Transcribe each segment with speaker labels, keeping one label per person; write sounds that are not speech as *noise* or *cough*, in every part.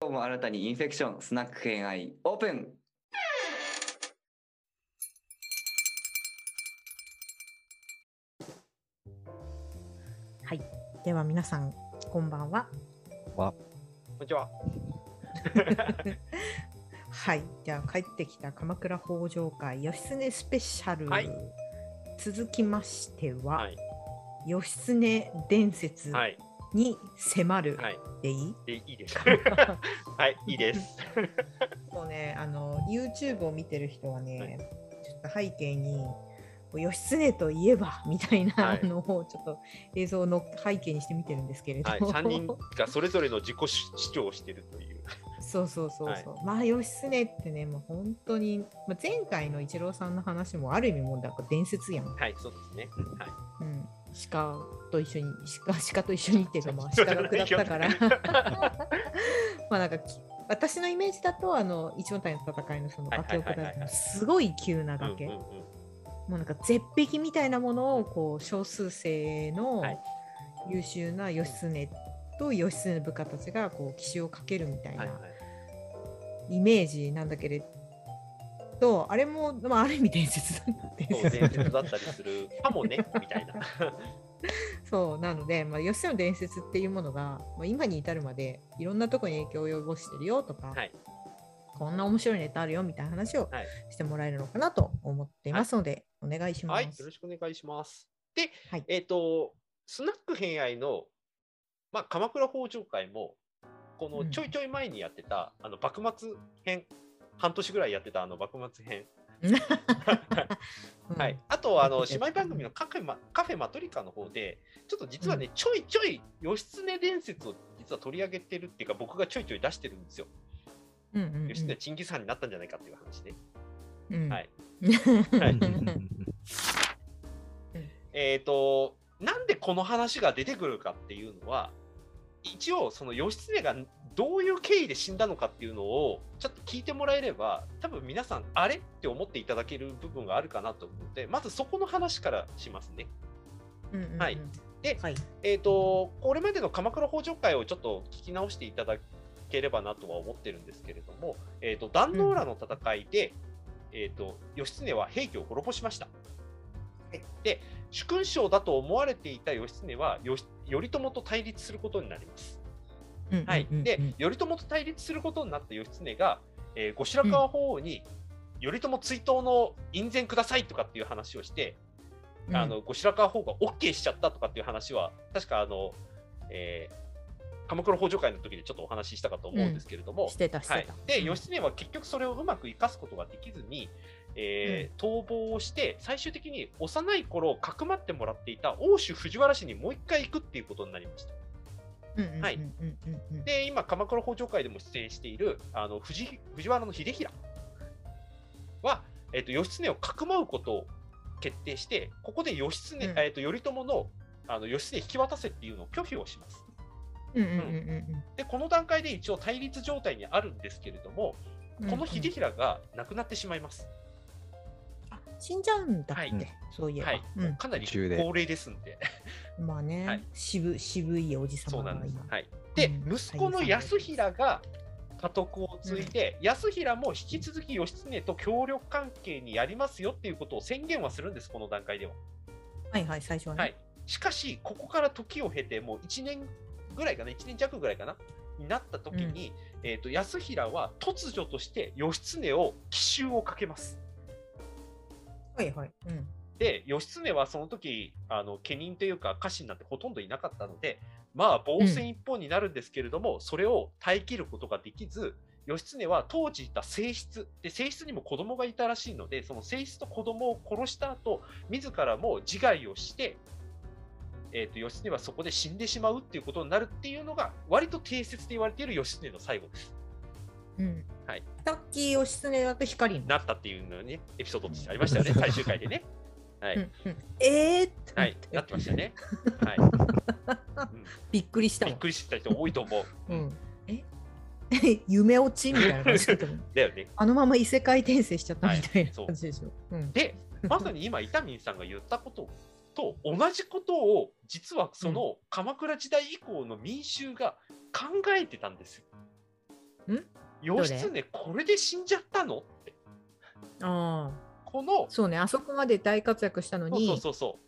Speaker 1: 今日も新たにインフェクションスナック偏愛オープン
Speaker 2: では皆さんこんばんは
Speaker 3: こんにちは。
Speaker 2: はいじゃあ帰ってきた鎌倉北条会義経スペシャル、
Speaker 3: はい
Speaker 2: 続きましては、
Speaker 3: はい。
Speaker 2: 義経伝説
Speaker 3: はい。
Speaker 2: に迫る
Speaker 3: はい。
Speaker 2: でい
Speaker 3: *laughs*
Speaker 2: い、
Speaker 3: で、いいです。はい、いいです。
Speaker 2: そうねあの YouTube を見てる人はね、
Speaker 3: はい
Speaker 2: ちょっと背景に義経といえばみたい
Speaker 3: は
Speaker 2: ないのをちょっと映像の背景にして見てるんですけれど、
Speaker 3: *laughs* はい、三人がそれぞれの自己主主張をしてるという。
Speaker 2: そうそうそうそう、まあ義経ってねもう本当に、まあ、前回の一郎さんの話もある意味もうなんか伝説やん、
Speaker 3: はい、そうですね。は
Speaker 2: う
Speaker 3: い。
Speaker 2: ん、鹿と一緒に鹿鹿と一緒にっていうか
Speaker 3: *laughs*
Speaker 2: まあ
Speaker 3: *laughs* そう
Speaker 2: 鹿が下ったから *laughs* まあなんかき私のイメージだとあの一番隊の戦いのその崖を下
Speaker 3: はいはいはいはいは
Speaker 2: る
Speaker 3: い
Speaker 2: すごい急な崖、
Speaker 3: *laughs* うんう
Speaker 2: も
Speaker 3: んうん
Speaker 2: うなんか絶壁みたいなものをこう少数生の
Speaker 3: はい
Speaker 2: 優秀な義経と義経の部下たちがこう奇襲をかけるみたいな
Speaker 3: はい、はい。
Speaker 2: イメージなんだけれどあれも、まあ、ある意味伝説だ伝
Speaker 3: そう、伝説だったりするかもね、 *laughs* みたいな。
Speaker 2: *laughs* そうなので、まあ、吉野の伝説っていうものが、まあ、今に至るまでいろんなとこに影響を及ぼしてるよとか、
Speaker 3: はい
Speaker 2: こんな面白いネタあるよみたいな話を
Speaker 3: はい
Speaker 2: してもらえるのかなと思っていますので、お願いしま
Speaker 3: はい、
Speaker 2: す。
Speaker 3: よろしくお願いします。で、
Speaker 2: はい
Speaker 3: えっ、と、スナック偏愛の、まあ、鎌倉北条会も、こ
Speaker 2: う
Speaker 3: の
Speaker 2: ん
Speaker 3: ちょいちょい前にやってた、あの幕末編、半年ぐらいやってたあの幕末編。
Speaker 2: うん
Speaker 3: はい、あとはあ
Speaker 2: や
Speaker 3: の
Speaker 2: ってて
Speaker 3: 姉妹番組のカフェマカフェマトリカの方で、ちょっと実はね、ちょいちょい義経伝説を実は取り上げてるっていうか、僕がちょいちょい出してるんですよ。
Speaker 2: うんうんうん
Speaker 3: 義経チンギスハンになったんじゃないかっていう話ね。
Speaker 2: うん
Speaker 3: はい
Speaker 2: はい
Speaker 3: えっ、と、なんでこの話が出てくるかっていうのは、一応、その義経がどういう経緯で死んだのかっていうのを、ちょっと聞いてもらえれば、多分皆さん、あれって思っていただける部分があるかなと思うので、まずそこの話からしますね。
Speaker 2: うんうんうん
Speaker 3: はいで
Speaker 2: はい
Speaker 3: えー、とこれまでの鎌倉北条会をちょっと聞き直していただければなとは思ってるんですけれども、えー、と壇ノ浦の戦いで、えー、と義経は平家を滅ぼしました。で主君賞だと思われていた義経は義頼朝と対立することになります。
Speaker 2: うんうんうん
Speaker 3: はい、で
Speaker 2: うん
Speaker 3: 頼朝と対立することになった義経が、えー後白河法皇に、頼朝追討の院宣くださいとかっていう話をして、
Speaker 2: うん
Speaker 3: あの後白河法皇が OK しちゃったとかっていう話は、確かあの、えー鎌倉北条会の時でちょっとお話ししたかと思うんですけれども、
Speaker 2: してたし
Speaker 3: は
Speaker 2: て
Speaker 3: い
Speaker 2: た。、
Speaker 3: で
Speaker 2: うん
Speaker 3: 義経は結局それをうまく生かすことができずに、えー逃亡をして、最終的に幼い頃かくまってもらっていた奥州藤原氏にもう一回行くっていうことになりました。
Speaker 2: うんうんうんうん
Speaker 3: はい
Speaker 2: うんうん
Speaker 3: で、今、鎌倉北条会でも出演しているあの藤藤原の秀衡は、えっと義経をかくまうことを決定して、ここで義経、
Speaker 2: うん
Speaker 3: えっと頼朝のあの義経引き渡せっていうのを拒否をします。
Speaker 2: うんうんうんうん
Speaker 3: で、この段階で一応対立状態にあるんですけれども、
Speaker 2: うん
Speaker 3: この秀衡が亡くなってしまいます。
Speaker 2: あ死んじゃうんだっ
Speaker 3: はい
Speaker 2: て、そういえば、
Speaker 3: はい、
Speaker 2: うん
Speaker 3: かなり
Speaker 4: 中で
Speaker 3: 高齢ですんで、
Speaker 2: まあね、
Speaker 3: はい
Speaker 2: 渋渋いおじさ
Speaker 3: そう
Speaker 2: ま
Speaker 3: なん
Speaker 2: が
Speaker 3: です
Speaker 2: 今。。
Speaker 3: はい、で、
Speaker 2: うん
Speaker 3: 息子の
Speaker 2: 俳優さん
Speaker 3: 安平が家督を継いで、安平も引き続き義経と協力関係にやりますよっていうことを宣言はするんです、この段階では。
Speaker 2: はいはい、最初はね。
Speaker 3: はい、しかし、ここから時を経て、もう1年ぐらいかな、1年弱ぐらいかな、になった時に、えー、と安平は突如として義経を奇襲をかけます。
Speaker 2: はいはい。うん。
Speaker 3: で、義経はその時あの家人というか家臣なんてほとんどいなかったので、まあ、防戦一方になるんですけれども、それを耐え切ることができず、義経は当時いた正室で、正室にも子供がいたらしいので、その正室と子供を殺した後自らも自害をして、えー、と義経はそこで死んでしまうっていうことになるっていうのが、割と定説で言われている義経の最後です。
Speaker 2: うん。
Speaker 3: はい。
Speaker 2: さっき義経だと光の。
Speaker 3: なったっていうのがね、エピソードとしてありましたよね、最終回でね。はい
Speaker 2: うんうんえーってな
Speaker 3: は
Speaker 2: っ *laughs*
Speaker 3: い
Speaker 2: て、
Speaker 3: なってましたね。
Speaker 2: *laughs*
Speaker 3: はい、うん
Speaker 2: びっくりした
Speaker 3: び
Speaker 2: も
Speaker 3: っ
Speaker 2: ん。
Speaker 3: くりした人多いと思う。
Speaker 2: うん。え *laughs* 夢落ちみたいな感じだったもん
Speaker 3: だよね。
Speaker 2: あのまま異世界転生しちゃったみたい
Speaker 3: は
Speaker 2: ない
Speaker 3: そう
Speaker 2: 感じでしょ。うん。
Speaker 3: *laughs* で、まさに今、伊丹さんが言ったことと同じことを、実はその鎌倉時代以降の民衆が考えてたんですよ。義経これで死んじゃったのって
Speaker 2: ああ
Speaker 3: この
Speaker 2: そうねあそこまで大活躍したの
Speaker 3: そう
Speaker 2: に
Speaker 3: そうそうそ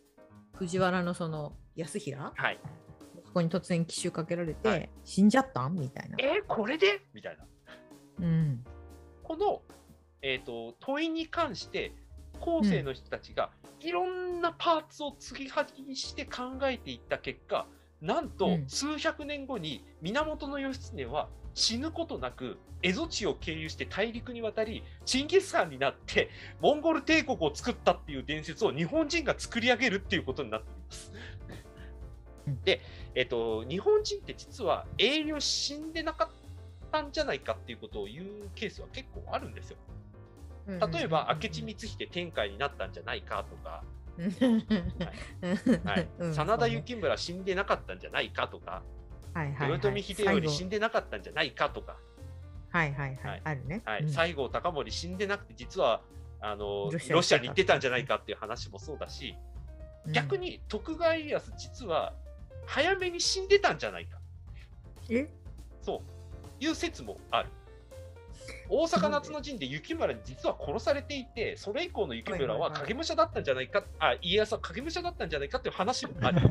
Speaker 2: 藤原のその安平
Speaker 3: うはい
Speaker 2: そこに突然奇襲かけられて、
Speaker 3: はい
Speaker 2: 死んじゃったんみたいな。
Speaker 3: えーこれでみたいな
Speaker 2: うん、
Speaker 3: この、えー、と問いに関して後世の人たちがいろんなパーツを継ぎはぎにして考えていった結果なん
Speaker 2: う
Speaker 3: と
Speaker 2: ん
Speaker 3: 数百年後に源義経は死ぬことなく蝦夷地を経由して大陸に渡りチンギス・ハンになってモンゴル帝国を作ったっていう伝説を日本人が作り上げるっていうことになっています
Speaker 2: うん。
Speaker 3: で、えっと、日本人って実は栄養死んでなかったんじゃないかっていうことを言うケースは結構あるんですよ。例えば明智光秀天海になったんじゃないかと
Speaker 2: *laughs*
Speaker 3: か、はい真田幸村死んでなかったんじゃないかとか、豊臣秀頼死んでなかったんじゃないかとか、
Speaker 2: はいはいは
Speaker 3: はい
Speaker 2: い、あるね。
Speaker 3: はい
Speaker 2: うん
Speaker 3: 西郷隆盛死んでなくて実はあの
Speaker 2: ロシアに行ってた
Speaker 3: ロシアに行ってたんじゃないかっていう話もそうだし、逆、に徳川家康実は早めに死んでたんじゃないか
Speaker 2: うんえ
Speaker 3: そういう説もある。大阪夏の陣で雪村に実は殺されていて、それ以降の雪村は影武者だったんじゃないか、あ家康は影武者だったんじゃないかっていう話もある。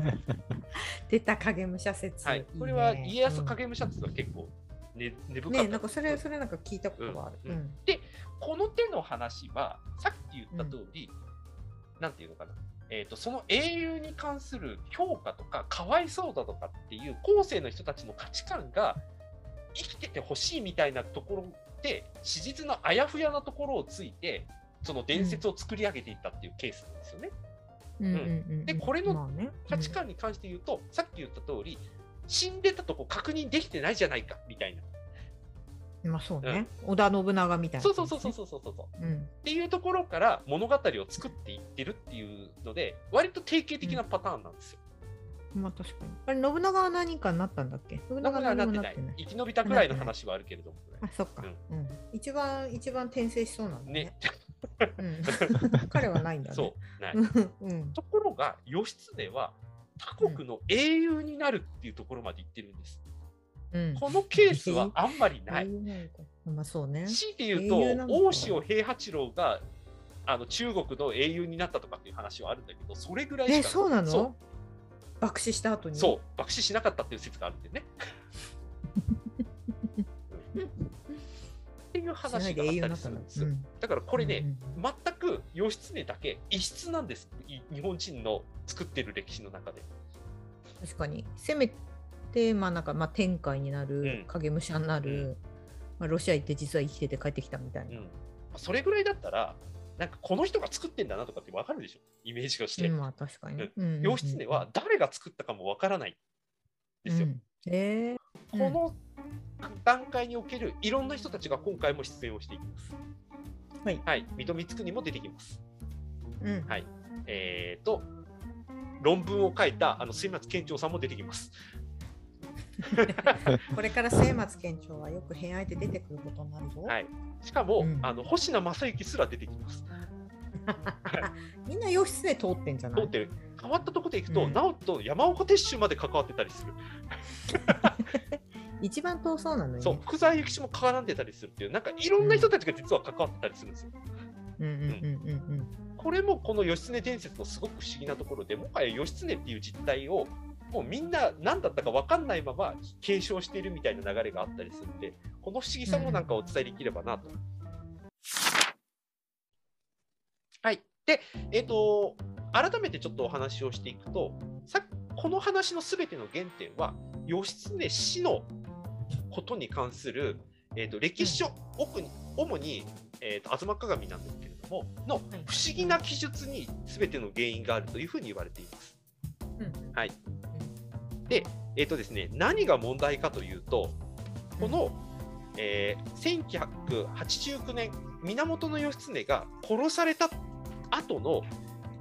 Speaker 2: 出た影武者説。
Speaker 3: はい、これは家康影武者っていうのは結構ね根
Speaker 2: う
Speaker 3: 深
Speaker 2: ん
Speaker 3: かっ
Speaker 2: ね
Speaker 3: た
Speaker 2: なんかそれそれなんか聞いたことがある。
Speaker 3: うんこの手の話はさっき言った通り、なんていうのかな、えー、とその英雄に関する評価とかかわいそうだとかっていう後世の人たちの価値観が生きててほしいみたいなところで史実のあやふやなところをついてその伝説を作り上げていったっていうケースなんですよね。
Speaker 2: うんうんうんうん
Speaker 3: でこれの
Speaker 2: まあね
Speaker 3: 価値観に関して言うと、さっき言った通り死んでたとこ確認できてないじゃないかみたいな。
Speaker 2: うんまあそうね。織田信長みたいな。
Speaker 3: そうそうそうそうそうそうそう。
Speaker 2: うん。
Speaker 3: っていうところから物語を作っていってるっていうので割と定型的なパターンなんですよ。
Speaker 2: まあ確かに。あれ信長は何かになったんだっけ信
Speaker 3: なか
Speaker 2: 長
Speaker 3: な
Speaker 2: は何
Speaker 3: かなっ
Speaker 2: もな
Speaker 3: て
Speaker 2: っ
Speaker 3: ない
Speaker 2: てない。
Speaker 3: 生き延びたぐらいの話はあるけれども
Speaker 2: あそっか、うん一番一番転生しそうなんだ
Speaker 3: ね
Speaker 2: ね。うん、 *laughs* 彼はないんだね。
Speaker 3: *laughs* そうない
Speaker 2: *laughs* うん。うん
Speaker 3: ところが義経は他国の英雄になるっていうところまで行ってるんです。
Speaker 2: うん。
Speaker 3: このケースはあんまりな
Speaker 2: 英
Speaker 3: い。
Speaker 2: 雄なんかまあそうね。
Speaker 3: 強いて言
Speaker 2: 英雄な
Speaker 3: うんと
Speaker 2: だ
Speaker 3: 大塩平八郎があの中国の英雄になったとかっていう話はあるんだけどそれぐらいしか
Speaker 2: え、そうな
Speaker 3: そう
Speaker 2: の爆死した後に。
Speaker 3: そう爆死しなかったっていう説があるんで
Speaker 2: *laughs*
Speaker 3: ね。ってい
Speaker 2: し
Speaker 3: う
Speaker 2: な
Speaker 3: 話
Speaker 2: い
Speaker 3: が
Speaker 2: で
Speaker 3: あっ
Speaker 2: 英雄
Speaker 3: た
Speaker 2: になっ
Speaker 3: りす
Speaker 2: た
Speaker 3: る
Speaker 2: んだ
Speaker 3: んですよ。だからこれね、
Speaker 2: うん
Speaker 3: 全く義経だけ異質なんですい日本人の作ってる歴史の中で
Speaker 2: 確かに。せめて、まあなんか、まあ天界にな
Speaker 3: うん
Speaker 2: る、影武者にな
Speaker 3: う
Speaker 2: る、まあロシア行って実は生きてて帰ってきたみたい
Speaker 3: うん
Speaker 2: な。
Speaker 3: まあそれぐらいだったらなんかこの人が作ってんだなとかってわかるでしょイメージがして、
Speaker 2: うんまあ確かにね。うんうんうん
Speaker 3: 義経は誰が作ったかもわからないんですよ、
Speaker 2: うんえうん
Speaker 3: この段階におけるいろんな人たちが今回も出演をしていきます
Speaker 2: はい
Speaker 3: はい水戸光圀も出てきます
Speaker 2: ーうん
Speaker 3: はいえーと論文を書いたあの末松健長さんも出てきます
Speaker 2: これから末松県庁はよく偏愛で出てくることになるぞ。
Speaker 3: はいしかも、
Speaker 2: うん
Speaker 3: あの星名正幸すら出てきます
Speaker 2: みんな義経通ってんじゃな
Speaker 3: 通
Speaker 2: い
Speaker 3: ってる変わったとこでいくと、
Speaker 2: うん
Speaker 3: 直人と山岡鉄舟まで関わってたりする、
Speaker 2: 一番遠そうなのに、ね。
Speaker 3: そう福沢諭吉も絡んでたりするっていうなんかいろんな人たちが実は関わってたりするんですよ
Speaker 2: うんうんうんうん
Speaker 3: これもこの義経伝説のすごく不思議なところでもはや義経っていう実態をもうみんな何だったか分かんないまま継承しているみたいな流れがあったりするんでこの不思議さもなんかお伝えできればなと。はい、で、えっと改めてちょっとお話をしていくとさこの話の全ての原点は義経死のことに関する、えっと歴史書、奥に主に、えっと東鏡なんですけれどもの
Speaker 2: い
Speaker 3: 不思議な記述に全ての原因があるというふうに言われています。
Speaker 2: うん。
Speaker 3: はい。えっ、とですね、何が問題かというと、この、えー1989年、源義経が殺された後の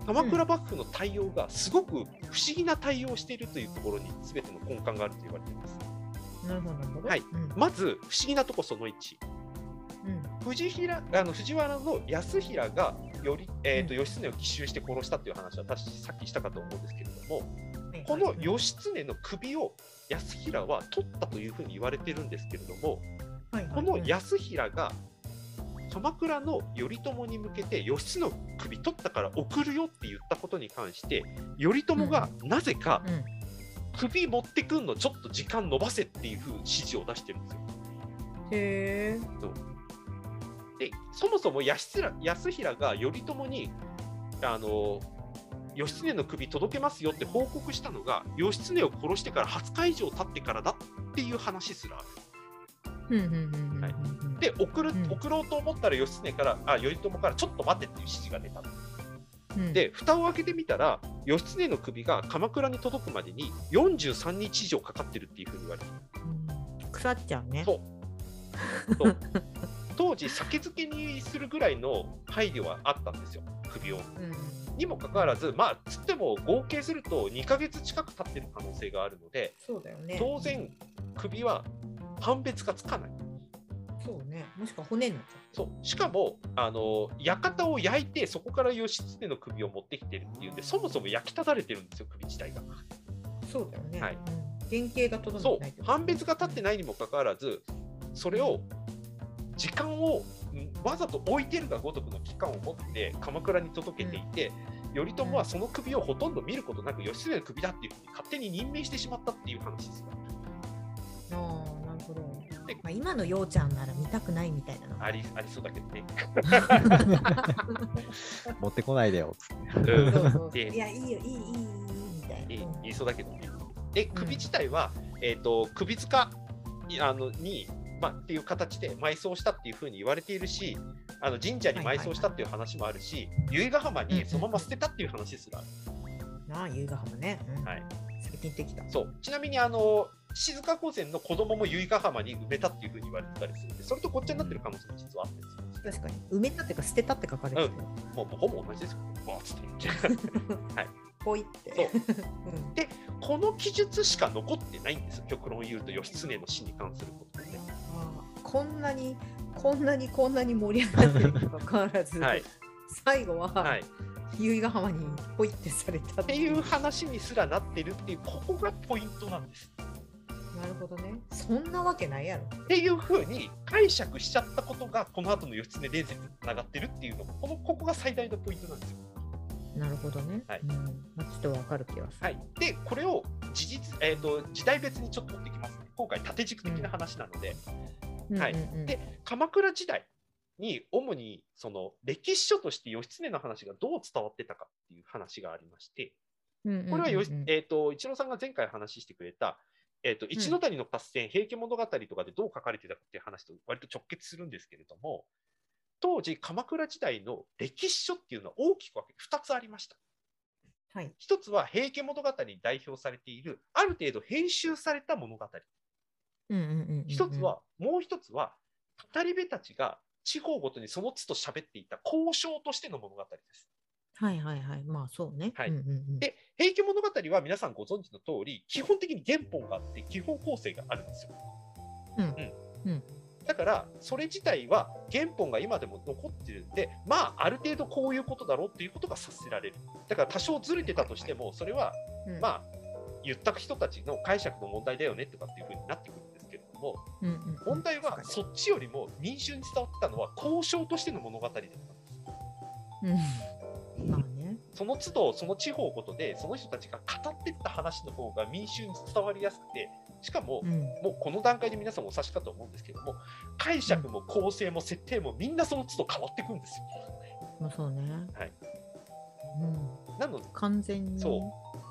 Speaker 3: 鎌倉幕府の対応がすごく不思議な対応をしているというところに全ての根幹があると言われています。
Speaker 2: なるほど、なるほど。
Speaker 3: はい
Speaker 2: うん。
Speaker 3: まず、不思議なとこその
Speaker 2: う
Speaker 3: 1、
Speaker 2: ん
Speaker 3: 藤平あの藤原の安平がより、えーと
Speaker 2: う
Speaker 3: 義経を奇襲して殺したという話は私、さっきしたかと思うんですけれども、
Speaker 2: はい
Speaker 3: この義経の首を安平は取ったというふうに言われてるんですけれども、
Speaker 2: はいはい
Speaker 3: この安平が鎌倉の頼朝に向けて義経の首取ったから送るよって言ったことに関して頼朝がなぜか
Speaker 2: うん
Speaker 3: 首持ってくんのちょっと時間延ばせっていう風に指示を出してるんですよ。
Speaker 2: へえ。
Speaker 3: でそもそも安平安平が頼朝にあの義経の首届けますよって報告したのが義経を殺してから20日以上経ってからだっていう話すらある
Speaker 2: うんうんうんうん
Speaker 3: は
Speaker 2: うん。
Speaker 3: で送る
Speaker 2: うん
Speaker 3: 送ろうと思ったら義経からあ頼朝からちょっと待てっていう指示が出た
Speaker 2: うん、
Speaker 3: で蓋を開けてみたら義経の首が鎌倉に届くまでに43日以上かかってるっていうふうに言われてる
Speaker 2: うん腐っちゃうね。
Speaker 3: そうそう
Speaker 2: *laughs*
Speaker 3: 当時酒漬けにするぐらいの配慮はあったんですよ首を。
Speaker 2: うん。
Speaker 3: にもかかわらず、まあ、つっても合計すると2ヶ月近く経ってる可能性があるので、
Speaker 2: そうだよね。
Speaker 3: 当然、首は判別がつかない。
Speaker 2: そうね。もしくは骨になっちゃ
Speaker 3: そうしかもあの、館を焼いて、そこから義経の首を持ってきてるっていうんで、そもそも焼きただれてるんですよ、首自体が。
Speaker 2: う。そうだよね。
Speaker 3: はい
Speaker 2: うん。原型が整っ
Speaker 3: そ
Speaker 2: てないって
Speaker 3: う、
Speaker 2: こと
Speaker 3: 判別が立ってないにもかかわらず、それを、時間をんわざと置いてるがごとくの期間を持って鎌倉に届けていて、頼朝はその首をほとんど見ることなく、義経の首だっていうふうに勝手に任命してしまったっていう話ですよ。
Speaker 2: ああ、なるほど。ま
Speaker 3: で
Speaker 2: あ、今のようちゃんなら見たくないみたいなのが。
Speaker 3: ありありそうだけど *laughs* ね。
Speaker 4: *laughs* 持ってこないでよ。
Speaker 2: そうそうそう
Speaker 3: で
Speaker 2: いや、いいよ、いい、いい、いい、みたいな。
Speaker 3: いい
Speaker 2: うん
Speaker 3: 言いそうだけどね。で、首自体は、えー、と首塚にあのに、まあ、っていう形で埋葬したっていうふうに言われているし、あの神社に埋葬したっていう話もあるし、由比ヶ浜にそのまま捨てたっていう話すらある。
Speaker 2: なあ、優雅浜ね。うん
Speaker 3: はい。
Speaker 2: 最近できた。
Speaker 3: そうちなみにあの静岡御前の子供も由比ヶ浜に埋めたっていうふうに言われてたりするんで、それとこっちゃになってる可能性も実はあってです
Speaker 2: 確
Speaker 3: よ
Speaker 2: かに。埋めたっていうか、捨てたって書かれてる。
Speaker 3: もうもうほぼ同じですよ。わーっつって *laughs*
Speaker 2: ぽいって。
Speaker 3: そう
Speaker 2: *laughs* うん
Speaker 3: この記述しか残ってないんですよ、極論を言うと、義経の死に関することでね。
Speaker 2: ああこんなに、こんなに、こんなに盛り上がってるにもかかわらず。
Speaker 3: はい、
Speaker 2: 最後は、
Speaker 3: はい
Speaker 2: 由比ヶ浜にポイってされたっ
Speaker 3: っていう話にすらなってるっていうここがポイントなんです。
Speaker 2: なるほどねそんなわけないやろ
Speaker 3: っていうふうに解釈しちゃったことがこの後の義経伝説につながってるっていうのこのここが最大のポイントなんですよ。
Speaker 2: なるほどね、
Speaker 3: はい
Speaker 2: うんまあ、ちょっとわかる気がする、
Speaker 3: はい、でこれを時実、えー、と時代別にちょっと持ってきますね。今回縦軸的な話なので、
Speaker 2: うんうんうん
Speaker 3: はいで鎌倉時代に主にその歴史書として義経の話がどう伝わってたかっていう話がありまして、
Speaker 2: うんうんうんうん
Speaker 3: これはよし、えー、と一郎さんが前回話してくれた、えー、と一ノ谷の合戦、平家物語とかでどう書かれてたかっていう話と割と直結するんですけれども、当時、鎌倉時代の歴史書っていうのは大きく分け2つありました。
Speaker 2: はい
Speaker 3: 1つは平家物語に代表されている、ある程度編集された物語。
Speaker 2: うんうんうんうん
Speaker 3: 1つは、もう1つは、語り部たちが地方ごとにその都度喋っていた交渉としての物語です。
Speaker 2: はいはいはいまあそうね
Speaker 3: はい
Speaker 2: うんうんうん、
Speaker 3: で、平家物語は皆さんご存知の通り、基本的に原本があって、基本構成があるんですよ。
Speaker 2: うんうん
Speaker 3: だから、それ自体は原本が今でも残ってるんで、まあ、ある程度こういうことだろうっていうことが察せられる。だから、多少ずれてたとしても、それは、
Speaker 2: うん
Speaker 3: まあ、言った人たちの解釈の問題だよねとかっていうふうになってくるんですけれども、
Speaker 2: うんうんうん
Speaker 3: 問題は
Speaker 2: 確か
Speaker 3: そっちよりも民衆に伝わってたのは交渉としての物語だったんです。
Speaker 2: にうんまあね
Speaker 3: その都度その地方ごとでその人たちが語ってった話の方が民衆に伝わりやすくてしかも
Speaker 2: うん
Speaker 3: もうこの段階で皆さんお察しかと思うんですけども解釈も構成も設定もみんなその都度変わってくんです
Speaker 2: まあそうね
Speaker 3: はい、
Speaker 2: うん、
Speaker 3: よ。なので
Speaker 2: 完全に
Speaker 3: そ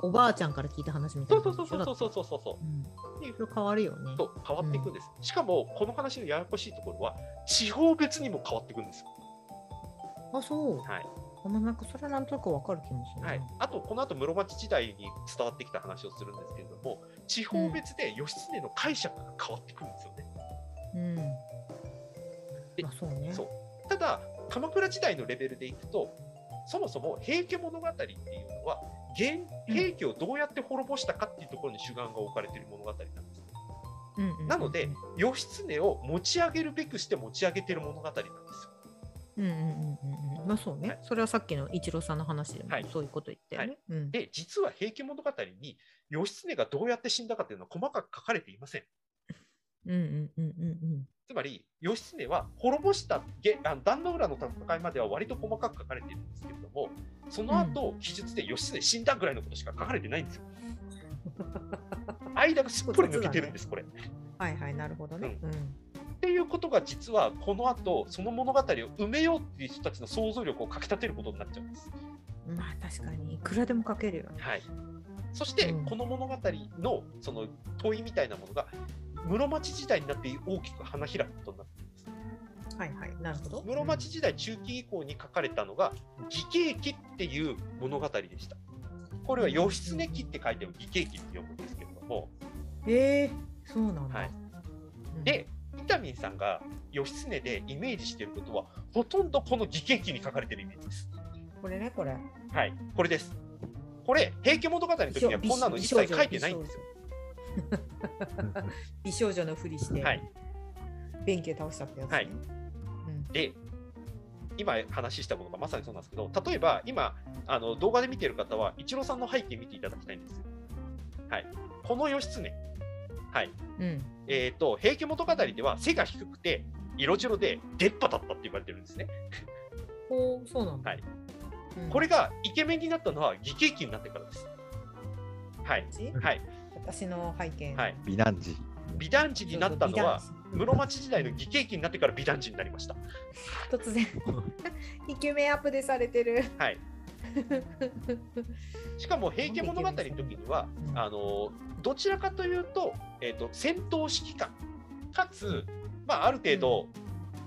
Speaker 3: う
Speaker 2: おばあちゃんから聞いた話みたい
Speaker 3: そう
Speaker 2: な
Speaker 3: そうそうそうそううそうそうそうそ
Speaker 2: ん
Speaker 3: ういう
Speaker 2: それ変わるよね
Speaker 3: と変わっていくんです。しかもこの話のややこしいところは地方別にも変わっていくんですよ。
Speaker 2: あそう、
Speaker 3: はい
Speaker 2: あまあなんかそれはなんとなくわかる気もするな
Speaker 3: はい、あとこの後室町時代に伝わってきた話をするんですけれども地方別で義経の解釈が変わってくるんですよね。
Speaker 2: うん
Speaker 3: で
Speaker 2: まあそうね
Speaker 3: そうただ鎌倉時代のレベルでいくとそもそも平家物語っていうのは原平家をどうやって滅ぼしたかっていうところに主眼が置かれている物語なんです。
Speaker 2: うんうんうん
Speaker 3: なので義経を持ち上げるべくして持ち上げてる物語なんですよ。
Speaker 2: うんうんうんうんまあそうね、
Speaker 3: はい
Speaker 2: それはさっきの一郎さんの話でも
Speaker 3: はい
Speaker 2: そういうこと言ったよね、うん、
Speaker 3: で実は平家物語に義経がどうやって死んだかっていうのは細かく書かれていません。
Speaker 2: うんうんうんうん
Speaker 3: つまり義経は滅ぼしたげあの壇の浦の戦いまでは割と細かく書かれているんですけれどもその後記述で義経死んだぐらいのことしか書かれてないんですよ。間がすっぽり抜けてるんです、これ。っ
Speaker 2: うん。はいはい、なるほどね。うん。
Speaker 3: ていうことが実はこの後その物語を埋めようっていう人たちの想像力をかきたてることになっちゃうんです。
Speaker 2: まあ確かに、いくらでも書けるよね。
Speaker 3: はい、そして
Speaker 2: うん
Speaker 3: この物語のその問いみたいなものが室町時代になって大きく花開くことになっています。
Speaker 2: はいはい、なるほど。
Speaker 3: 室町時代中期以降に書かれたのが「義経記」っていう物語でした。これは「義経記」って書いても義経記って読むんですけれども
Speaker 2: うん。ええそうなんだ。
Speaker 3: はい
Speaker 2: うん
Speaker 3: で伊丹さんが義経でイメージしていることはほとんどこの義経記に書かれてるイメージです。
Speaker 2: これね、これ。
Speaker 3: はい、これです。これ平家物語の時にはこんなの一切書いてないんですよ。
Speaker 2: 美少女のふりして、
Speaker 3: はい、
Speaker 2: 弁慶倒したってやつ、ね。
Speaker 3: はいで今話したものがまさにそうなんですけど例えば今あの動画で見てる方はイチローさんの背景見ていただきたいんですよ。はい、この義経、はい
Speaker 2: うん。うん。
Speaker 3: えー、と平家物語では背が低くて色白で出っ歯だったって言われてるんですね。
Speaker 2: ほう、そうなんだ。
Speaker 3: はい
Speaker 2: うん
Speaker 3: これがイケメンになったのは義経期になってからです。はい、はい
Speaker 2: 私の拝見。
Speaker 3: はい、
Speaker 4: 美男児。
Speaker 3: 美男児になったのは
Speaker 2: そうそう美
Speaker 3: 室
Speaker 2: 男
Speaker 3: 町時代の義経期になってから美男児になりました。
Speaker 2: 子突然 *laughs* イケメンアップでされてる。 *laughs*
Speaker 3: はい、しかも平家物語の時には
Speaker 2: うん
Speaker 3: *laughs* あのどちらかというと,、えー、と戦闘指揮官かつ、まあ、ある程度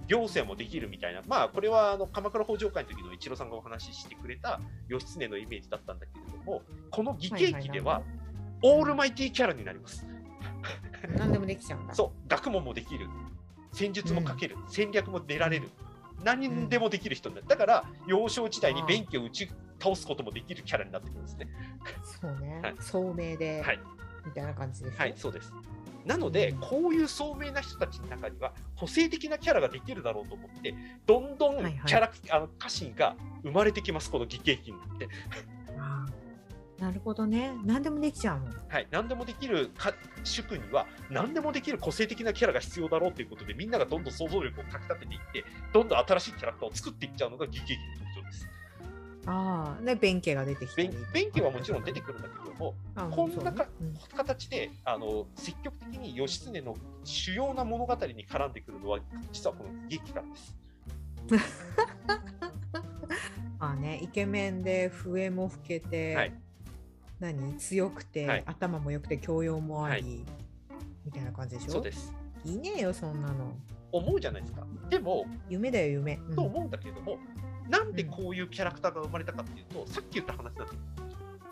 Speaker 3: 行政もできるみたいな、まあ、これはあの鎌倉北条会の時の一郎さんがお話ししてくれた義経のイメージだったんだけれどもこの義経記ではオールマイティーキャラになります。
Speaker 2: 何でもできちゃうんだ。
Speaker 3: そう学問もできる戦術もかける、戦略も出られる何でもできる人になるだから幼少時代に弁慶を打ち倒すこともできるキャラになってくるんですね。
Speaker 2: そうね、
Speaker 3: はい
Speaker 2: 聡明で、
Speaker 3: はい
Speaker 2: みたいな感じです、ね。
Speaker 3: はい、そうです。なので、
Speaker 2: うん
Speaker 3: こういう聡明な人たちの中には、個性的なキャラができるだろうと思って、どんどん
Speaker 2: はいはい
Speaker 3: キャラ、あの家臣が生まれてきます、この義経期になって。
Speaker 2: あーなるほどね。何でもできちゃうもん。
Speaker 3: はい、何でもできるか宿には、何でもできる個性的なキャラが必要だろうということで、みんながどんどん想像力をかき立てていって、どんどん新しいキャラクターを作っていっちゃうのが義経期の特徴です。
Speaker 2: ああ、ね、弁慶が出てきたり
Speaker 3: 弁弁慶はもちろん出てくるんだけども、
Speaker 2: あ
Speaker 3: こんなか
Speaker 2: そうね
Speaker 3: 形であの積極的に義経の主要な物語に絡んでくるのは、実はこの義経期なんです。
Speaker 2: うんまあね、イケメンで笛も吹けて、
Speaker 3: はい
Speaker 2: 何強くて、
Speaker 3: はい
Speaker 2: 頭も良くて教養もあり、みたいな感じでしょ
Speaker 3: そうです
Speaker 2: いいねえよそんなの
Speaker 3: 思うじゃないですか。でも、
Speaker 2: 夢だよ夢、うん
Speaker 3: と思うんだけれども、なんでこういうキャラクターが生まれたかっていうと、さっき言った話なんですよ。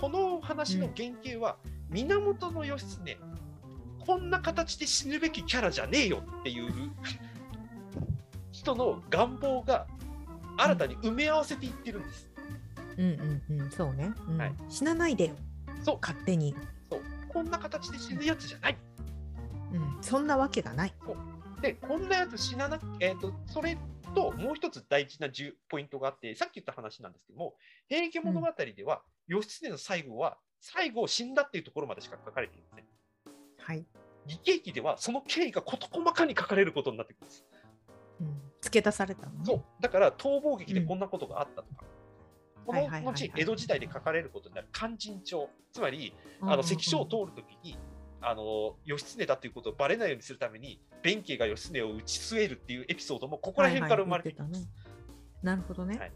Speaker 3: この話の原型は、源義経、こんな形で死ぬべきキャラじゃねえよっていう人の願望が新たに埋め合わせていってるんです。
Speaker 2: うんうんうんそうね、うん
Speaker 3: はい
Speaker 2: 死なないでよ
Speaker 3: そう
Speaker 2: 勝手に、
Speaker 3: そうこんな形で死ぬやつじゃない。
Speaker 2: うん、そんなわけがない
Speaker 3: で、こんなやつ死なな、えー、とそれともう一つ大事な重ポイントがあって、さっき言った話なんですけども、平家物語では、義経の最後は、最後死んだっていうところまでしか書かれていません。
Speaker 2: はい、
Speaker 3: 義経記では、その経緯が事細かに書かれることになってくるんです。
Speaker 2: うん、付け足されたのね
Speaker 3: そうだから、逃亡劇でこんなことがあったとか。こ
Speaker 2: はいはいはい
Speaker 3: の
Speaker 2: はい
Speaker 3: 後、江戸時代で書かれることになる勧進帳、つまり、
Speaker 2: うん
Speaker 3: あの関所を通るときに、あの義経だということをばれないようにするために、弁慶が義経を打ち据えるっていうエピソードも、ここら辺から生まれてきます。
Speaker 2: はいはい言ってたね、なるほどね、
Speaker 3: はい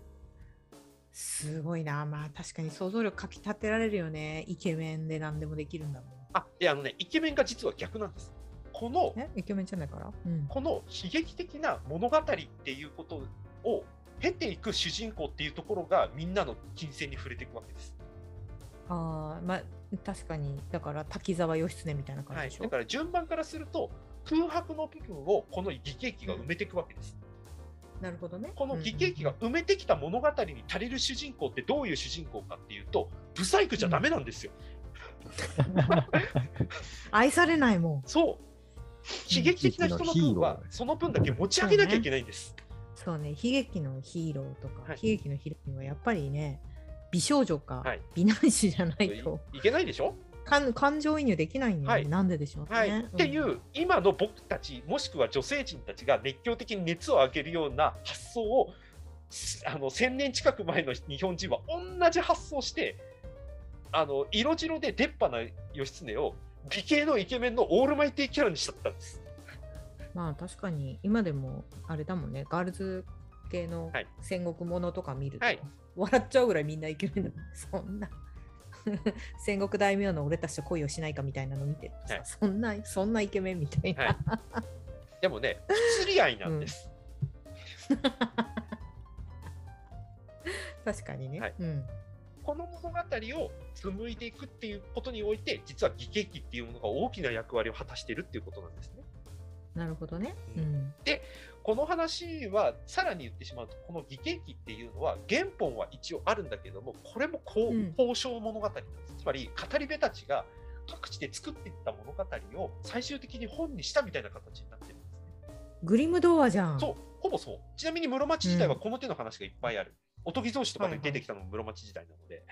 Speaker 2: すごいなまあ確かに想像力かきたてられるよねイケメンで何でもできるんだもん
Speaker 3: あいやあのねイケメンが実は逆なんです。この
Speaker 2: えイケメンじゃないから、うん、
Speaker 3: この悲劇的な物語っていうことを経ていく主人公っていうところがみんなの金銭に触れていくわけです。
Speaker 2: あーまあ確かにだから滝沢義経みたいな感じ
Speaker 3: は
Speaker 2: で
Speaker 3: い、
Speaker 2: しょ、
Speaker 3: だから順番からすると空白の部分をこの義経記が埋めていくわけです。
Speaker 2: なるほどね
Speaker 3: この義経記が埋めてきた物語に足りる主人公ってどういう主人公かっていうと不細工じゃダメなんですよ。
Speaker 2: 愛されないもん
Speaker 3: そう悲劇的な人の分は
Speaker 4: ヒーロー
Speaker 3: その分だけ持ち上げなきゃいけないんです。
Speaker 2: そうね悲劇のヒーローとか、
Speaker 3: は
Speaker 2: 悲
Speaker 3: い
Speaker 2: 劇のヒロインはやっぱりね美少女か、
Speaker 3: はい
Speaker 2: 美男子じゃない
Speaker 3: い
Speaker 2: と
Speaker 3: いけないでしょ
Speaker 2: 感感情移入できないんだよね、
Speaker 3: はい
Speaker 2: なんででしょうね。
Speaker 3: はい、
Speaker 2: ん
Speaker 3: っていう今の僕たちもしくは女性陣たちが熱狂的に熱を上げるような発想をすあの1000年近く前の日本人は同じ発想してあの色白で出っ歯な義経を美形のイケメンのオールマイティキャラにしちゃったんです。
Speaker 2: まあ確かに今でもあれだもんねガールズ系の
Speaker 3: はい
Speaker 2: 戦国ものとか見ると、
Speaker 3: はい
Speaker 2: 笑っちゃうぐらいみんなイケメンだもん *laughs* そんな戦国大名の俺たちと恋をしないかみたいなの見てるとさ、
Speaker 3: はい
Speaker 2: そんなそんなイケメンみたいな、
Speaker 3: はいでもね、不釣り合いなんです。
Speaker 2: 確かにね、
Speaker 3: はい
Speaker 2: うん、
Speaker 3: この物語を紡いでいくっていうことにおいて、実は義劇っていうものが大きな役割を果たしてるっていうことなんですね。
Speaker 2: なるほどね、う
Speaker 3: うん
Speaker 2: ん
Speaker 3: この話はさらに言ってしまうとこの義劇っていうのは原本は一応あるんだけどもこれもこ
Speaker 2: う
Speaker 3: う
Speaker 2: ん
Speaker 3: 交渉物語なんです、つまり語り部たちが各地で作っていった物語を最終的に本にしたみたいな形になってるんですね。
Speaker 2: グリム童話じゃん
Speaker 3: そうほぼそうちなみに室町時代は
Speaker 2: うん
Speaker 3: この手の話がいっぱいある。おとぎ草子とかで出てきたのも室町時代なので、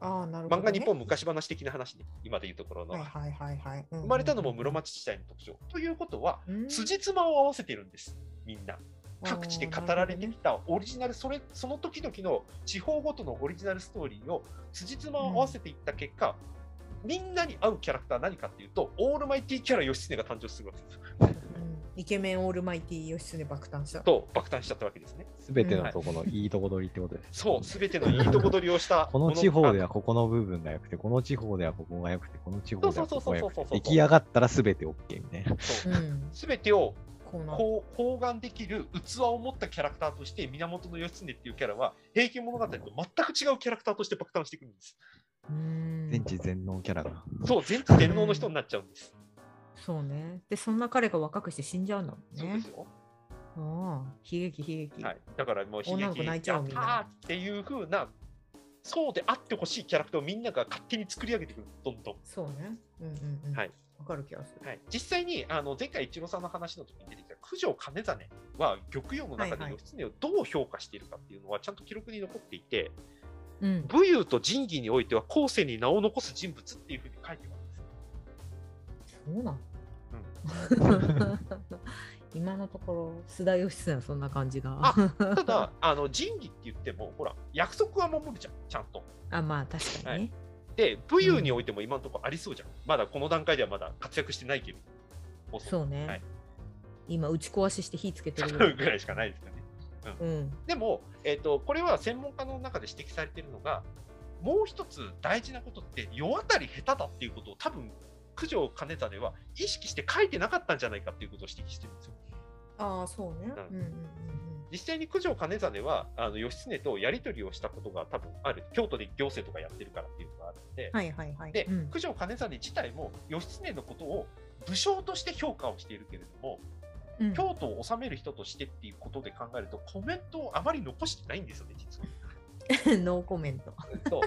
Speaker 2: ああなるほど、ね、
Speaker 3: 漫画日本昔話的な話ね、今でいうところの、
Speaker 2: はいはいはいはい、うん
Speaker 3: 生まれたのも室町時代の特徴。ということは、
Speaker 2: うん
Speaker 3: 辻褄を合わせてるんです、みんな。各地で語られて
Speaker 2: あーなるほど
Speaker 3: き
Speaker 2: ね
Speaker 3: たオリジナル、それその時々の地方ごとのオリジナルストーリーを辻褄を合わせていった結果、みんなに合うキャラクターは何かっていうと、オールマイティキャラ義経が誕生するわけです。
Speaker 2: うんイケメンオールマイティ義経爆誕した
Speaker 3: と爆誕しちゃったわけですね。
Speaker 4: すべてのとこのいいとこ取りってことです。
Speaker 3: そう、すべてのいいとこ取りをした
Speaker 4: *laughs* この地方で
Speaker 3: は
Speaker 4: はここの部分が良くて、この地方ではここが良くて、この地方ではここが良く
Speaker 3: そうそうそうそうそう
Speaker 4: て、出来上がったらすべて OK みたいな。
Speaker 2: うん
Speaker 3: すべてを
Speaker 2: こうなった
Speaker 3: こう包含できる器を持ったキャラクターとして源義経っていうキャラは平家物語と全く違うキャラクターとして爆誕してくるんです。
Speaker 2: うん
Speaker 4: 全知全能キャラが。
Speaker 3: そう、全知全能の人になっちゃうんです。
Speaker 2: そうね。で、そんな彼が若くして死んじゃうの
Speaker 3: そうで
Speaker 2: ね
Speaker 3: す。よ。
Speaker 2: ああ、悲劇悲劇。
Speaker 3: はい、だからもう悲
Speaker 2: 女の
Speaker 3: 劇
Speaker 2: 子泣いちゃうみんな
Speaker 3: やったーっていう風なそうであってほしいキャラクターをみんなが勝手に作り上げてくるどんどん、
Speaker 2: そうね。うんうんうん。
Speaker 3: はい。
Speaker 2: わかる気がする。
Speaker 3: はい、実際にあの前回一郎さんの話の時に出てきた九条兼実は玉葉の中
Speaker 2: はいは
Speaker 3: で
Speaker 2: い
Speaker 3: 義経をどう評価しているかっていうのはちゃんと記録に残っていて、
Speaker 2: うん。
Speaker 3: 武勇と仁義においては後世に名を残す人物っていう風に書いてあるんですよ
Speaker 2: そうなの。 *laughs* 今のところ、須田義経はそんな感じが。あ
Speaker 3: ただあの仁義って言ってもほら約束は守るじゃんちゃんと
Speaker 2: *laughs* まあ確かにね。
Speaker 3: で武勇においても今のところありそうじゃん、まだこの段階ではまだ活躍してないけど放送
Speaker 2: そう
Speaker 3: は
Speaker 2: ね
Speaker 3: い。
Speaker 2: 今、打ち壊しして火つけてるぐらい。
Speaker 3: ぐらいしかないですかね。
Speaker 2: うん。
Speaker 3: でも、えー、とこれは専門家の中で指摘されているのが、もう一つ大事なことって、世当たり下手だっていうことを、多分九条兼実は意識して書いてなかったんじゃないかっていうことを指摘してるんですよ。
Speaker 2: ああ、そうね。
Speaker 3: うん
Speaker 2: うんうん
Speaker 3: 実際に九条兼実はあの義経とやり取りをしたことが多分ある、京都で行政とかやってるからっていうのがあって、
Speaker 2: はいはいはい。
Speaker 3: で
Speaker 2: うん
Speaker 3: 九条兼実自体も義経のことを武将として評価をしているけれど
Speaker 2: う
Speaker 3: も、
Speaker 2: ん
Speaker 3: 京都を治める人としてっていうことで考えると、コメントをあまり残してないんですよね、
Speaker 2: *laughs*
Speaker 3: 実は。
Speaker 2: ノーコメント。
Speaker 3: そう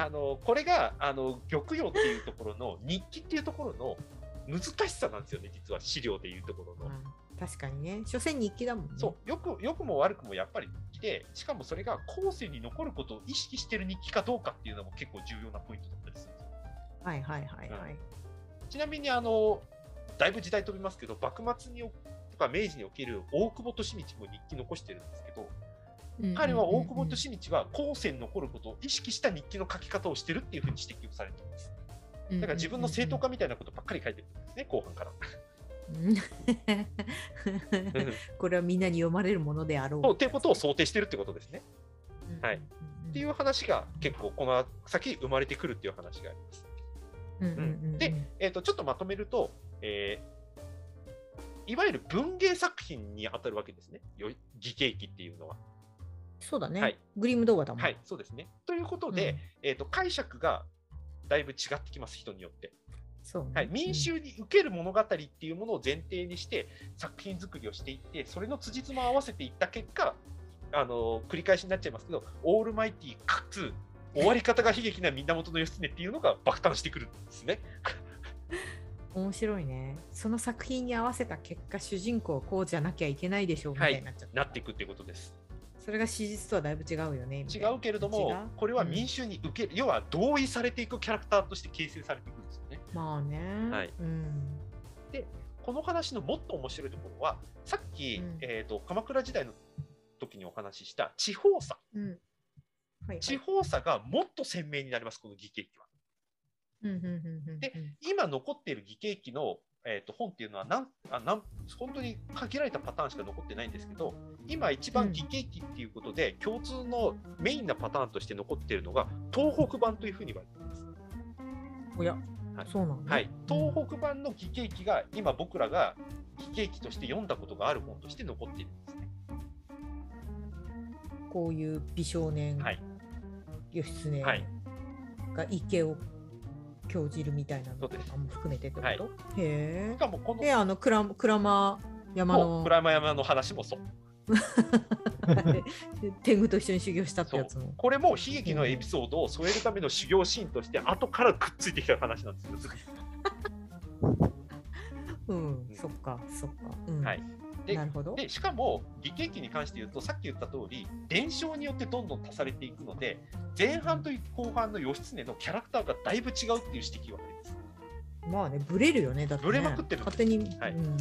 Speaker 3: あのこれがあの玉葉っていうところの日記っていうところの難しさなんですよね実は資料でいうところの。
Speaker 2: まあ確かにね。所詮日記だもんね。
Speaker 3: そうよくよくも悪くもやっぱり日記でしかもそれが後世に残ることを意識してる日記かどうかっていうのも結構重要なポイントだったりするんですよ
Speaker 2: はいはいはいはい。
Speaker 3: ちなみにあのだいぶ時代飛びますけど幕末におとか明治における大久保利通も日記残してるんですけど彼は大久保利
Speaker 2: て。
Speaker 3: 通は後世に残ることを意識した日記の書き方をしてるっていうふうに指摘をされています。だから自分の正当化みたいなことばっかり書いてくるんですね、後半から。
Speaker 2: うん *laughs* これはみんなに読まれるものであろう。
Speaker 3: そうっていうことを想定してるってことですね。
Speaker 2: うん
Speaker 3: はい
Speaker 2: ん
Speaker 3: っていう話が結構この先生まれてくるっていう話があります。
Speaker 2: うんうんうん
Speaker 3: でえっとちょっとまとめると、えーいわゆる文芸作品に当たるわけですね、よ義経記っていうのは。
Speaker 2: そうだね、
Speaker 3: はい
Speaker 2: グリム童話だもん。
Speaker 3: はい、そうですね。ということ
Speaker 2: う
Speaker 3: で
Speaker 2: ん、
Speaker 3: えっと解釈がだいぶ違ってきます、人によって。
Speaker 2: そうね
Speaker 3: はい、民衆に受ける物語っていうものを前提にして作品作りをしていってそれの辻褄を合わせていった結果あの繰り返しになっちゃいますけどオールマイティかつ終わり方が悲劇な源義経っていうのが爆誕してくるんですね。
Speaker 2: うん面白いね。その作品に合わせた結果、主人公はこうじゃなきゃいけないでしょうみ
Speaker 3: は
Speaker 2: た
Speaker 3: い
Speaker 2: いになっちゃった。
Speaker 3: なっていくっていうことです。
Speaker 2: それが史実とはだいぶ違うよね。みた
Speaker 3: 違
Speaker 2: いな
Speaker 3: うけれど
Speaker 2: 違
Speaker 3: も
Speaker 2: う、
Speaker 3: これは
Speaker 2: うん
Speaker 3: 民衆に受け、要は同意されていくキャラクターとして形成されていくんですよね。
Speaker 2: まあね。
Speaker 3: はい
Speaker 2: うん。
Speaker 3: この話のもっと面白いところは、さっき、
Speaker 2: うん
Speaker 3: えー、と鎌倉時代の時にお話しした地方差、
Speaker 2: うん。はいはい。
Speaker 3: 地方差がもっと鮮明になります、この義経記は。
Speaker 2: うんうんうんうん。
Speaker 3: で今残っている義経記の、えー、と本っていうのはなんあなん、本当に限られたパターンしか残ってないんですけど、今、一番義経記っていうことで、共通のメインなパターンとして残っているのが、東北版というふうに言われています。
Speaker 2: おや、
Speaker 3: はい
Speaker 2: そうなの、
Speaker 3: はい、東北版の義経記が今僕らが義経記として読んだことがある本として残っているんですね。
Speaker 2: こういう美少年、
Speaker 3: はい、
Speaker 2: 義経
Speaker 3: はい
Speaker 2: が池を興じるみたいなのと
Speaker 3: そうで
Speaker 2: かも含めてってこと、
Speaker 3: はい
Speaker 2: へ
Speaker 3: しかもこ
Speaker 2: え。で、
Speaker 3: の
Speaker 2: あの、くら鞍馬山の
Speaker 3: プラマ山の話もそう。
Speaker 2: *laughs* 天狗と一緒に修行したってやつも。
Speaker 3: これも悲劇のエピソードを添えるための修行シーンとして後からくっついてきた話なんですよ。
Speaker 2: うん、
Speaker 3: ん
Speaker 2: そっか、そっか。うん、
Speaker 3: はいで
Speaker 2: なるほど。
Speaker 3: でしかも義経記に関して言うとさっき言った通り伝承によってどんどん足されていくので前半と後半の義経のキャラクターがだいぶ違うっていう指摘はあります。
Speaker 2: まあね、ブレるよね、だって、ね。
Speaker 3: ブレまくってる
Speaker 2: 勝手に。
Speaker 3: はい
Speaker 2: うん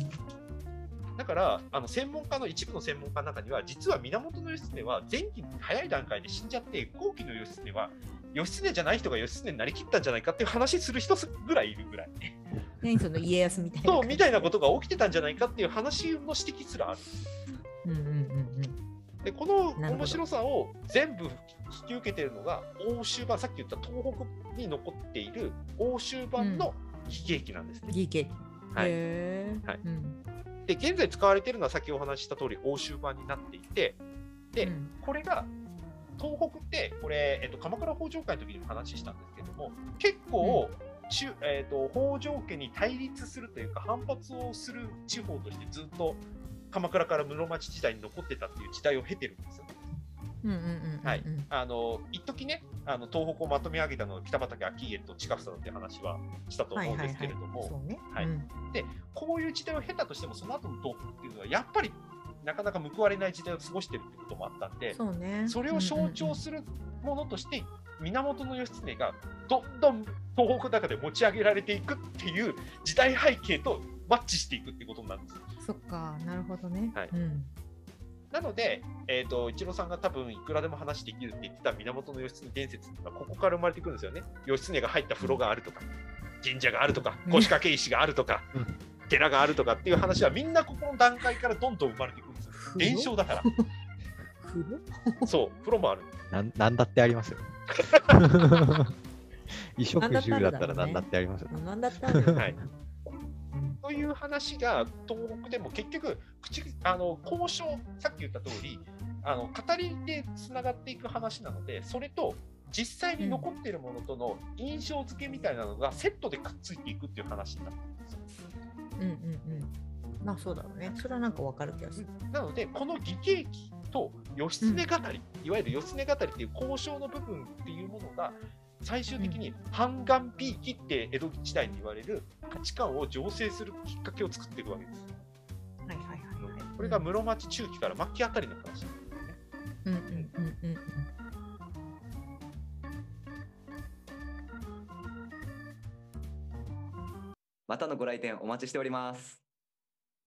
Speaker 3: だからあの専門家の一部の専門家の中には実は源義経は前期に早い段階で死んじゃって後期の義経は義経じゃない人が義経になりきったんじゃないかっていう話する人ぐらいいるぐらい
Speaker 2: 何その家康みたいな。
Speaker 3: そうみたいなことが起きてたんじゃないかっていう話の指摘すらある
Speaker 2: うんうんうんうん。
Speaker 3: でこの
Speaker 2: なるほど
Speaker 3: 面白さを全部引き受けてるのが欧州版さっき言った東北に残っている欧州版の悲劇なんですね。
Speaker 2: DK。
Speaker 3: はい
Speaker 2: へえ。
Speaker 3: はい
Speaker 2: うん。
Speaker 3: で現在使われているのは先お話しした通り欧州版になっていてで、
Speaker 2: うん
Speaker 3: これが東北ってこれ、えっと、鎌倉北条会の時にも話したんですけども結構、中えっと北条家に対立するというか反発をする地方としてずっと鎌倉から室町時代に残ってたっていう時代を経てるんですよ。
Speaker 2: うんうんうんうん。
Speaker 3: はいあの一時ねあの東北をまとめ上げたのは北畠顕家と近房だって話はしたと
Speaker 2: はい
Speaker 3: 思うん
Speaker 2: は
Speaker 3: で
Speaker 2: い
Speaker 3: すけれど
Speaker 2: は
Speaker 3: も、
Speaker 2: い。そうね。
Speaker 3: はい
Speaker 2: うん
Speaker 3: こういう時代を経たとしてもその後の東北っていうのはやっぱりなかなか報われない時代を過ごしてるってこともあったんで。
Speaker 2: そうね。
Speaker 3: それを象徴するものとして源義経がどんどん東北の中で持ち上げられていくっていう時代背景とマッチしていくってことになるんですよ。
Speaker 2: そっか、なるほどね。
Speaker 3: はい
Speaker 2: うん。
Speaker 3: なので、えー、と一郎さんが多分いくらでも話できるって言ってた源義経伝説っていうのはここから生まれてくるんですよね。義経が入った風呂があるとか神社があるとか
Speaker 2: うん
Speaker 3: 腰掛け石があるとか
Speaker 4: うん
Speaker 3: 寺があるとかっていう話はみんなここの段階からどんどん生まれてくるんですよ。伝承だから
Speaker 2: 風呂
Speaker 3: そう風呂もある
Speaker 4: なんなんだってありま
Speaker 3: *laughs*
Speaker 4: すよ。衣食住だったら何だってありますよ。
Speaker 2: なんだったんだよ
Speaker 3: はい
Speaker 2: うん
Speaker 3: *laughs* という話が東北でも結局口あの交渉さっき言った通りあの語りでつながっていく話なのでそれと実際に残っているものとの印象付けみたいなのがセットでくっついていくっていう話になる
Speaker 2: うんうんうん。まあそうだろうね。それはなんかわかる気がする。
Speaker 3: なのでこの義経記と義経語り、いわゆる義経語りっていう交渉の部分っていうものが最終的に半眼ピーキって江戸時代に言われる価値観を醸成するきっかけを作っていくわけです。
Speaker 2: はいはいはいはい。
Speaker 3: これが室町中期から末期あたりの話
Speaker 2: うんうんうんうんうん。
Speaker 1: またのご来店お待ちしております。